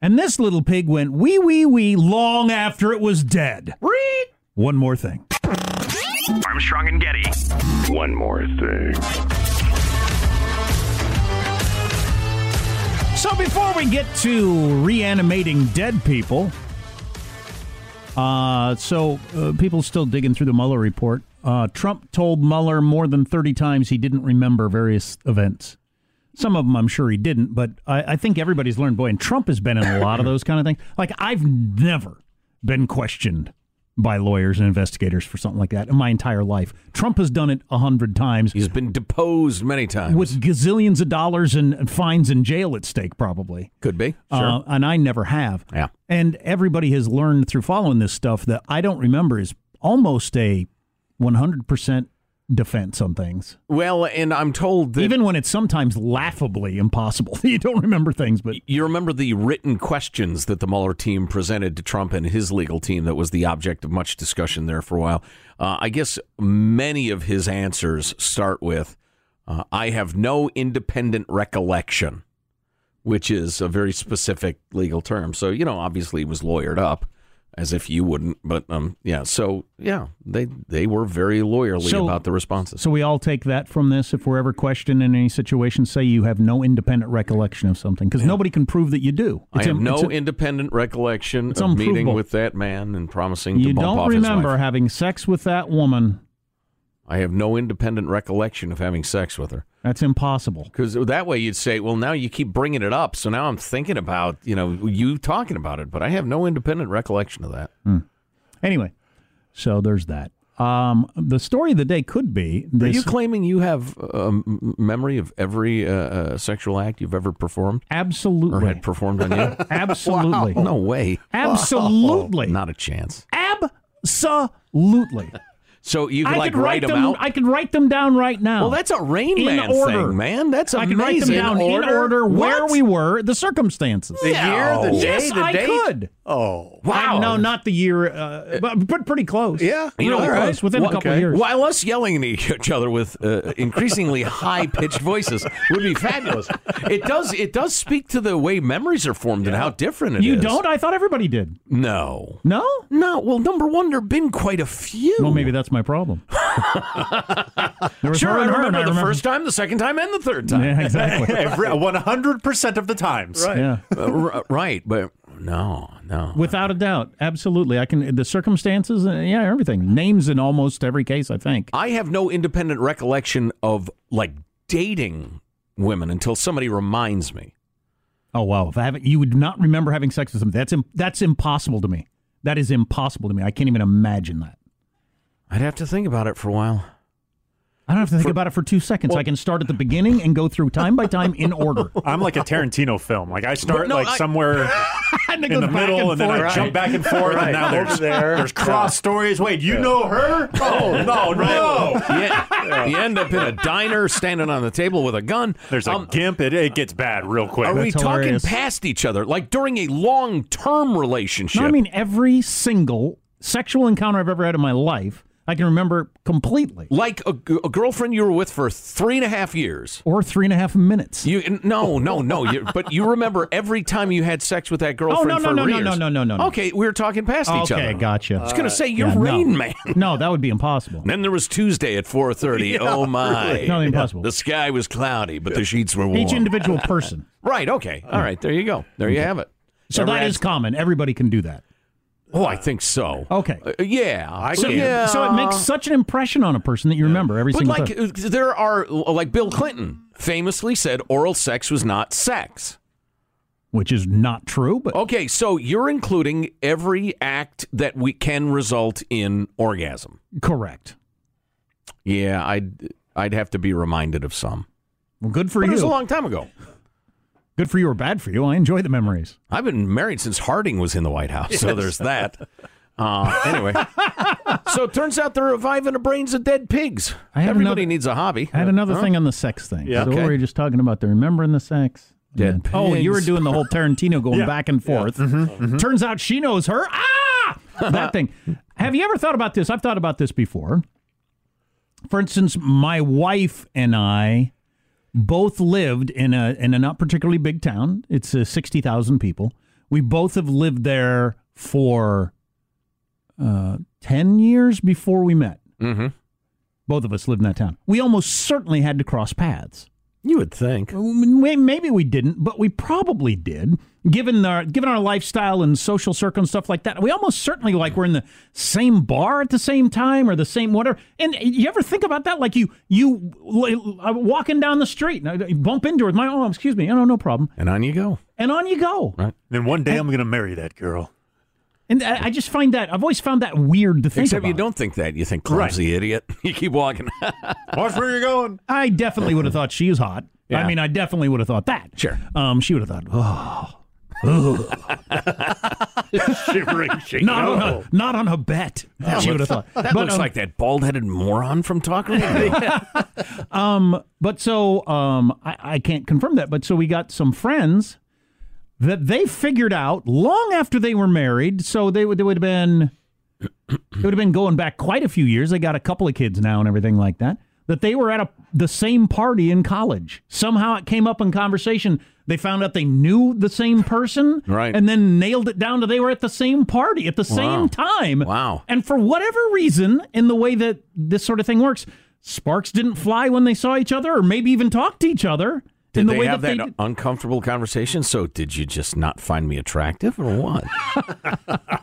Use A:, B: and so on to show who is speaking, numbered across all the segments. A: And this little pig went wee wee wee long after it was dead. One more thing.
B: Armstrong and Getty.
C: One more thing.
A: So before we get to reanimating dead people, uh, so uh, people still digging through the Mueller report. Uh, Trump told Mueller more than 30 times he didn't remember various events. Some of them I'm sure he didn't, but I, I think everybody's learned. Boy, and Trump has been in a lot of those kind of things. Like, I've never been questioned by lawyers and investigators for something like that in my entire life. Trump has done it a hundred times
D: He's been deposed many times.
A: with gazillions of dollars and, and fines and jail at stake, probably.
D: Could be.
A: Uh, and I never have.
D: Yeah.
A: And everybody has learned through following this stuff that I don't remember is almost a 100% defense on things,
D: well, and I'm told that
A: even when it's sometimes laughably impossible. you don't remember things, but
D: you remember the written questions that the Mueller team presented to Trump and his legal team that was the object of much discussion there for a while. Uh, I guess many of his answers start with uh, I have no independent recollection, which is a very specific legal term. So, you know, obviously he was lawyered up. As if you wouldn't, but um, yeah. So yeah, they they were very lawyerly
A: So-
D: about the responses.
A: so we all take that from this. If we're ever questioned in any situation, say you have no independent recollection of something because nobody can prove that you do.
D: I
A: It's
D: have
A: im-
D: no
A: it's a-
D: independent recollection
A: It's
D: of meeting
A: unprovable.
D: with that man and promising to
A: you
D: bump
A: don't
D: off his
A: remember
D: wife.
A: having sex with that woman.
D: I have no independent recollection of having sex with her.
A: That's impossible.
D: Because that way you'd say, well, now you keep bringing it up. So now I'm thinking about, you know, you talking about it, but I have no independent recollection of that.
A: Anyway, so there's that. Um, the story of the day could be
D: Are
A: this
D: you claiming you have a m- memory of every uh, uh, sexual act you've ever performed or
A: absolutely,
D: had performed on you?
A: absolutely,
D: No way.
A: absolutely,
D: Not a chance.
A: absolutely.
D: So you could,
A: I
D: like,
A: could write
D: them, out?
A: I could write them down right now.
D: well, that's a Rain
A: In
D: Man
A: order.
D: thing, man. That's
A: I
D: amazing.
A: could write them down in order where
D: What?
A: we were, the circumstances. Oh.
D: The year, the day,
A: yes,
D: the
A: I
D: date.
A: could. Uh,
D: Oh, wow.
A: no, not the year, uh, but, but pretty close.
D: Yeah,
A: really close. Within a
D: Well,
A: couple
D: okay.
A: of years.
D: While us yelling at each other with uh, increasingly high pitched voices would be fabulous. It does. It does speak to the way memories are formed and how different it is.
A: You don't? I thought everybody did.
D: No.
A: No.
D: No. Well, number one, there've been quite a few.
A: Well, maybe that's my problem. There was
D: Sure,
A: her
D: I
A: and her,
D: remember
A: and
D: the first time, the second time, and the third time.
A: Yeah, exactly.
E: Every, 100% of the times.
A: Yeah.
D: Uh, r- right, but no, no.
A: Without a doubt, absolutely. I can the circumstances, uh, yeah, everything. Names in almost every case, I think.
D: I have no independent recollection of like dating women until somebody reminds me.
A: Oh wow! If I haven't, you would not remember having sex with somebody. That's im- that's impossible to me. That is impossible to me. I can't even imagine that.
D: I'd have to think about it for a while.
A: I don't have to think about it for two seconds. I can start at the beginning and go through time by time in order.
E: I'm like a Tarantino film. Like I start
D: no,
E: like
D: I-
E: somewhere
A: And it
E: in
A: goes
E: the
A: back
E: middle, and, then I
A: forth.
E: jump back and forth, and now there's there's cross stories. Wait, you know her? Oh no, no.
D: Yeah, you end up in a diner standing on the table with a gun.
E: There's a
D: Um,
E: gimp. It, it gets bad real quick.
D: Are we
A: That's
D: talking
A: hilarious.
D: past each other, like during a long term relationship?
A: No, I mean every single sexual encounter I've ever had in my life, I can remember completely,
D: like a, g- a girlfriend you were with for three and a half years.
A: or three and a half minutes.
D: You no no no, you, but you remember every time you had sex with that girlfriend
A: Oh, no, no,
D: for
A: no, no,
D: years.
A: no, no, no, no, no.
D: Okay, we were talking past each other.
A: okay, gotcha.
D: I was gonna say you're
A: Yeah, no.
D: Rain Man.
A: No, that would be impossible.
D: Then there was Tuesday at four thirty. oh my!
A: No, impossible.
D: The sky was cloudy, but the sheets were warm.
A: Each individual person.
D: right? Okay. All right. There you go. There you have it.
A: So that is common. Everybody can do that.
D: Oh, I think so.
A: Okay.
D: Uh, yeah, I
A: So, so it makes such an impression on a person that you remember every
D: But
A: single
D: like,
A: time.
D: uh, there are like Bill Clinton famously said, oral sex was not sex.
A: Which is not true, but
D: Okay, so you're including every act that we can result in orgasm.
A: correct.
D: Yeah, I'd I'd have to be reminded of some.
A: Well, good for
D: But it was a
A: you.
D: long time ago.
A: good for you or bad for you. I enjoy the memories.
D: I've been married since Harding was in the White House, so there's that. Uh, anyway, so it turns out they're reviving the brains of dead pigs.
A: I had
D: Everybody
A: another-
D: needs a hobby.
A: I had another thing on the sex thing.
E: Yeah.
A: So
D: Okay.
A: what were you just talking about? The remembering the sex.
D: Dead
A: Yeah. Oh, you were
D: pigs.
A: doing the whole Tarantino going
E: Yeah. Mm-hmm.
A: back and forth. Turns out she knows her. Ah, that thing. Have you ever thought about this? I've thought about this before. For instance, my wife and I both lived in a in a not particularly big town. It's uh, sixty thousand people. We both have lived there for uh, 10 years before we met.
D: Mm-hmm.
A: Both of us lived in that town. We almost certainly had to cross paths.
D: You would think.
A: May- Maybe we didn't, but we probably did. Given our given our lifestyle and social circle and stuff like that, we almost certainly like we're in the same bar at the same time or the same whatever. And you ever think about that? Like you you l- l- walking down the street and I bump into her with my oh excuse me, oh no no problem,
D: And on you go.
A: and on you go.
D: Right.
E: Then one day I'm going to marry that girl.
A: And I, I just find that I've always found that weird to think
D: Except you
A: about.
D: don't think that. You think clumsy idiot. You keep walking.
E: Watch where you're going.
A: I definitely would have thought she was hot. I
D: Yeah.
A: mean, I definitely would have thought that.
D: Sure.
A: Um, she would have thought, oh,
E: Shivering, shaking.
A: not, on
E: Oh.
A: a, not on a bet. she would have thought.
D: Oh, That looks
A: um,
D: like that bald-headed moron from Talk Radio.
A: But so um, I, I can't confirm that. But so we got some friends that they figured out long after they were married. So they would they would have been they would have been going back quite a few years. They got a couple of kids now and everything like that. That they were at a the same party in college. Somehow it came up in conversation. They found out they knew the same person,
D: Right.
A: And then nailed it down to they were at the same party at the same time.
D: Wow.
A: And for whatever reason, in the way that this sort of thing works, sparks didn't fly when they saw each other, or maybe even talked to each other. in
D: Did
A: the
D: they
A: way
D: have
A: that,
D: that,
A: they did.
D: uncomfortable conversation? So did you just not find me attractive or what?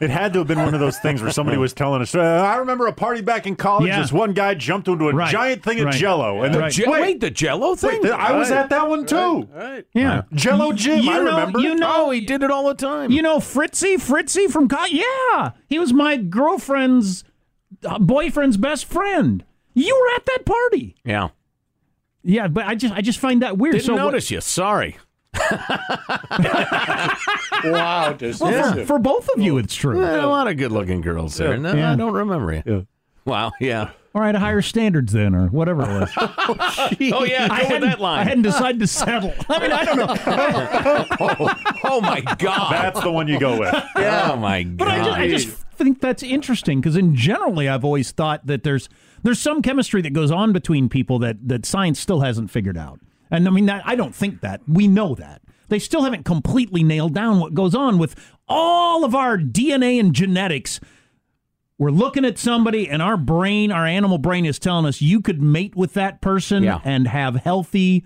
E: It had to have been one of those things where somebody was telling us, uh, I remember a party back in college.
A: Yeah.
E: This one guy jumped into a
A: Right,
E: giant thing of
A: right.
E: jello. And the
A: Right.
D: Je- wait, the Jello thing?
E: Wait, I was at that one too.
A: Yeah.
E: Jello Jim,
A: you
E: I
A: know-
E: remember.
A: you know-
D: oh, he did it all the time.
A: You know Fritzy? Fritzy from college? Yeah. He was my girlfriend's uh, boyfriend's best friend. You were at that party.
D: yeah,
A: Yeah, but I just I just find that weird.
D: didn't
A: so what-
D: notice you. Sorry.
A: well,
E: wow,
A: for, for both of you, it's true.
D: There are a lot of good-looking girls there. No,
A: Yeah.
D: I don't remember you. Wow. Yeah.
A: All right, higher standards then, or whatever it was.
D: Oh yeah. Go
A: I
D: with
A: hadn't,
D: that
A: I
D: line.
A: hadn't decided to settle. I mean, I don't know.
D: oh my god.
E: That's the one you go with.
D: Oh my god.
A: But I just, I just think that's interesting because in generally I've always thought that there's there's some chemistry that goes on between people that that science still hasn't figured out. And I mean that I don't think that. We know that. They still haven't completely nailed down what goes on with all of our DNA and genetics. We're looking at somebody and our brain, our animal brain is telling us you could mate with that person
D: Yeah.
A: and have healthy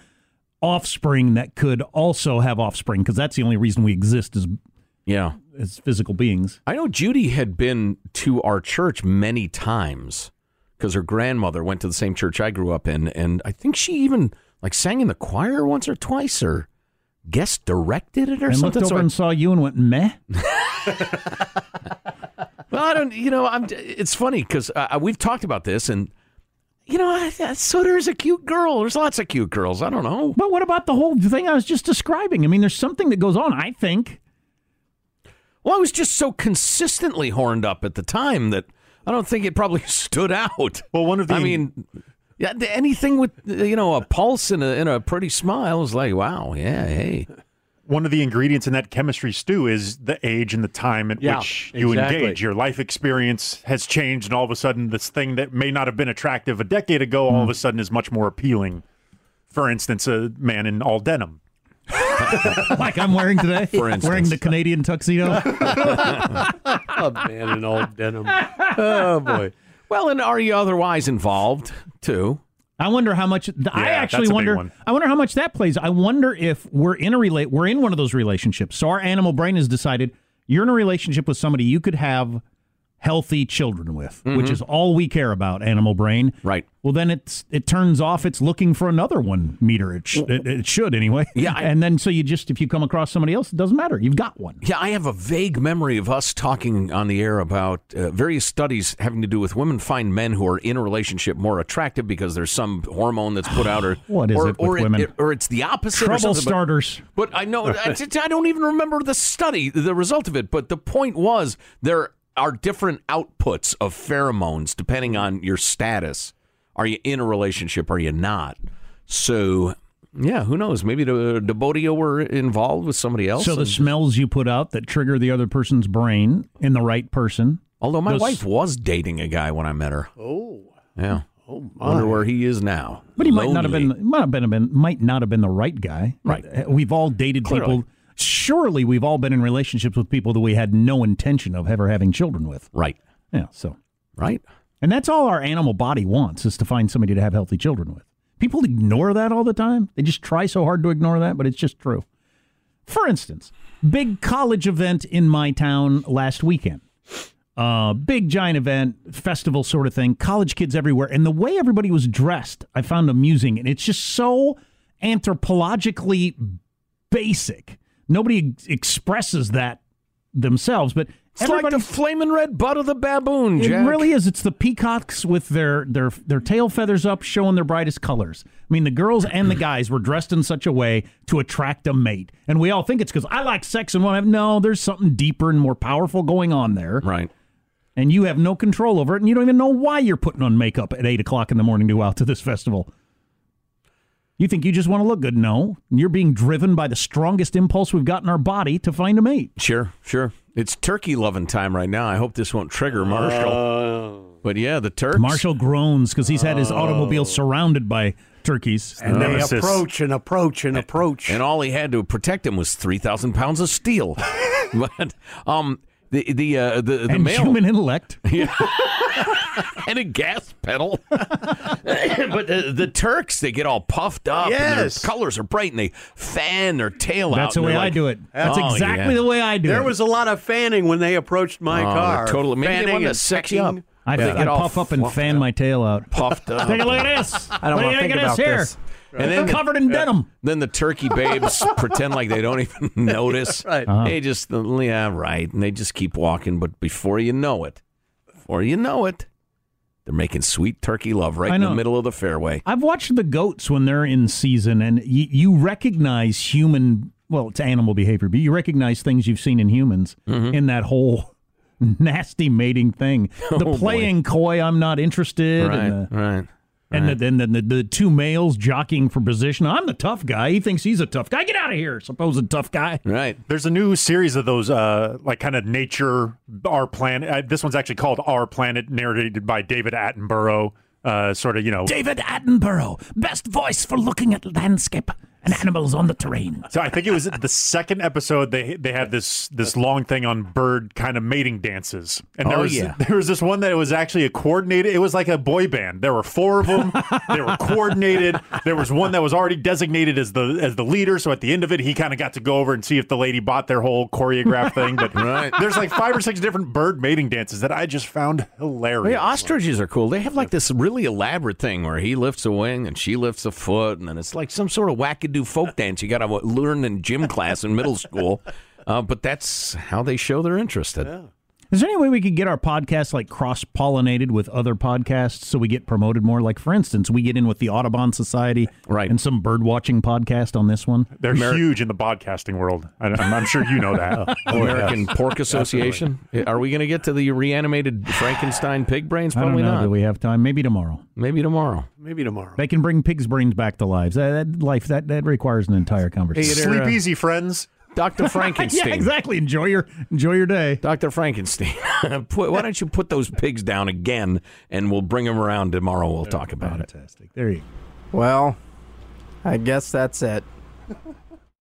A: offspring that could also have offspring because that's the only reason we exist as
D: yeah.
A: as physical beings.
D: I know Judy had been to our church many times because her grandmother went to the same church I grew up in, and I think she even like sang in the choir once or twice, or guest directed it or
A: and
D: something.
A: looked over
D: So I-
A: and saw you and went meh.
D: well, I don't, you know, I'm. It's funny because uh, we've talked about this, and you know, I, I- so there's a cute girl. There's lots of cute girls. I don't know.
A: But what about the whole thing I was just describing? I mean, there's something that goes on. I think
D: Well, I was just so consistently horned up at the time that I don't think it probably stood out.
E: Well, one of the
D: I mean, yeah, th- anything with uh, you know a pulse and a, and a pretty smile is like, wow, yeah, hey,
E: one of the ingredients in that chemistry stew is the age and the time at
D: Yeah,
E: which you
D: exactly.
E: engage. Your life experience has changed, and all of a sudden, this thing that may not have been attractive a decade ago,
D: Mm-hmm.
E: all of a sudden, is much more appealing. For instance, a man in all denim.
A: like I'm wearing today,
D: For instance.
A: wearing the Canadian tuxedo.
F: a man in old denim. Oh boy.
D: well, and are you otherwise involved too?
A: I wonder how much. th I
E: Yeah,
A: actually
E: that's a big
A: wonder.
E: one.
A: I wonder how much that plays. I wonder if we're in a relate. We're in one of those relationships. So our animal brain has decided you're in a relationship with somebody you could have healthy children with,
E: Mm-hmm.
A: which is all we care about. Animal brain,
D: Right.
A: Well, then it's it turns off. It's looking for another one meter. It, sh- it, it should anyway.
D: Yeah, I-
A: and then so you just if you come across somebody else, it doesn't matter. You've got one.
D: Yeah, I have a vague memory of us talking on the air about uh, various studies having to do with women find men who are in a relationship more attractive because there's some hormone that's put out, or
A: What is
D: or,
A: it with
D: or
A: women?
D: or it's the opposite. or
A: Trouble
D: something, but-
A: starters.
D: But I know I, I don't even remember the study, the result of it. But the point was there are different outputs of pheromones depending on your status. Are you in a relationship? Are you not? So yeah, who knows? Maybe the Debodio were involved with somebody else.
A: So the
D: and-
A: smells you put out that trigger the other person's brain in the right person.
D: although my
A: those-
D: wife was dating a guy when I met her. Oh yeah. Oh my. Wonder where he is now.
A: But he might not have
D: Lonely.
A: been might not have been might not have been the right guy.
D: Right.
A: Uh, We've all dated
D: Clearly.
A: people. surely we've all been in relationships with people that we had no intention of ever having children with.
D: Right.
A: Yeah. So,
D: Right.
A: and that's all our animal body wants is to find somebody to have healthy children with. People ignore that all the time. They just try so hard to ignore that, but it's just true. For instance, big college event in my town last weekend. Uh, big giant event, festival sort of thing, college kids everywhere. And the way everybody was dressed, I found amusing. And it's just so anthropologically basic. Nobody ex- expresses that themselves, but
D: It's like the
A: everybody-
D: flaming red butt of the baboon,
A: it
D: Jack.
A: really is. It's the peacocks with their their their tail feathers up, showing their brightest colors. I mean, the girls and the guys were dressed in such a way to attract a mate, and we all think it's because I like sex and want to have. No, there's something deeper and more powerful going on there,
D: Right.
A: and you have no control over it, and you don't even know why you're putting on makeup at eight o'clock in the morning to go out to this festival. You think you just want to look good? No, you're being driven by the strongest impulse we've got in our body to find a mate.
D: Sure. Sure. It's turkey loving time right now. I hope this won't trigger Marshall.
F: Oh.
D: but yeah, the Turks.
A: Marshall groans because he's had his
D: Oh.
A: automobile surrounded by turkeys.
F: And they
E: Nemesis.
F: approach and approach and approach.
D: and all he had to protect him was three thousand pounds of steel. but um, the the uh, the, the
A: and
D: male
A: human intellect.
D: and a gas pedal. but the, the Turks, they get all puffed up. and their
F: Yes.
D: colors are bright, and they fan their tail out.
A: That's the
D: and
A: way
D: they're
A: I
D: like-
A: do it. That's
D: Oh,
A: exactly
D: yeah.
A: the way I do
F: there
A: it.
F: was a lot of fanning when they approached my
D: Oh,
F: car.
D: they're totally. Maybe
F: fanning
D: they wanted to
F: and
D: sex you
F: pecking.
D: up.
A: I,
D: They
A: I
D: get all
A: puff up and
D: fluffed
A: fan my tail out.
D: puffed up.
A: Take a look at this. I
F: don't
A: what do
F: wanna
A: you
F: think
A: of
F: about
A: this here?
F: this.
D: And then
A: Covered in denim.
D: Then the turkey babes pretend like they don't even notice.
F: Right.
A: Uh-huh.
D: They just, yeah, right. And they just keep walking. But before you know it, before you know it, they're making sweet turkey love right
A: I
D: in the
A: know.
D: middle of the fairway.
A: I've watched the goats when they're in season, and y- you recognize human. Well, it's animal behavior, but you recognize things you've seen in humans
D: Mm-hmm.
A: in that whole nasty mating thing. The
D: Oh, boy.
A: playing coy, I'm not interested,
D: Right,
A: and the,
D: right.
A: and the, and the, the, the two males jockeying for position. I'm the tough guy. He thinks he's a tough guy. Get out of here, supposed tough guy.
D: Right.
E: There's a new series of those, uh, like kind of nature, our planet. Uh, this one's actually called Our Planet, narrated by David Attenborough. Uh, sort of, you know.
A: David Attenborough, best voice for looking at landscape and animals on the terrain.
E: So I think it was the second episode. They they had this this long thing on bird kind of mating dances, and there
D: Oh,
E: was
D: yeah.
E: there was this one that was actually a coordinated. It was like a boy band. There were four of them. they were coordinated. There was one that was already designated as the as the leader. So at the end of it, he kind of got to go over and see if the lady bought their whole choreographed thing. But
D: Right.
E: there's like five or six different bird mating dances that I just found hilarious.
D: Yeah, ostriches are cool. They have like this really elaborate thing where he lifts a wing and she lifts a foot, and then it's like some sort of wackadoo folk dance you got to learn in gym class in middle school. Uh, but that's how they show they're interested.
A: Is there any way we could get our podcast like cross pollinated with other podcasts so we get promoted more? Like, for instance, we get in with the Audubon Society
D: Right.
A: and some bird watching podcast on this one.
E: They're huge in the podcasting world. I, I'm, I'm sure you know that.
D: American Pork Association. Are we going to get to the reanimated Frankenstein pig brains?
A: I
D: Probably
A: don't know
D: not.
A: that we have time. Maybe tomorrow.
D: Maybe tomorrow.
F: Maybe tomorrow.
A: They can bring pigs' brains back to lives. That, that life that, that requires an entire conversation.
E: Sleep easy, friends.
D: Dr. Frankenstein.
A: yeah, exactly. Enjoy your enjoy your day.
D: Dr. Frankenstein. put, why don't you put those pigs down again and we'll bring them around tomorrow. We'll talk about it.
A: Fantastic. There you go.
G: Well, I guess that's it.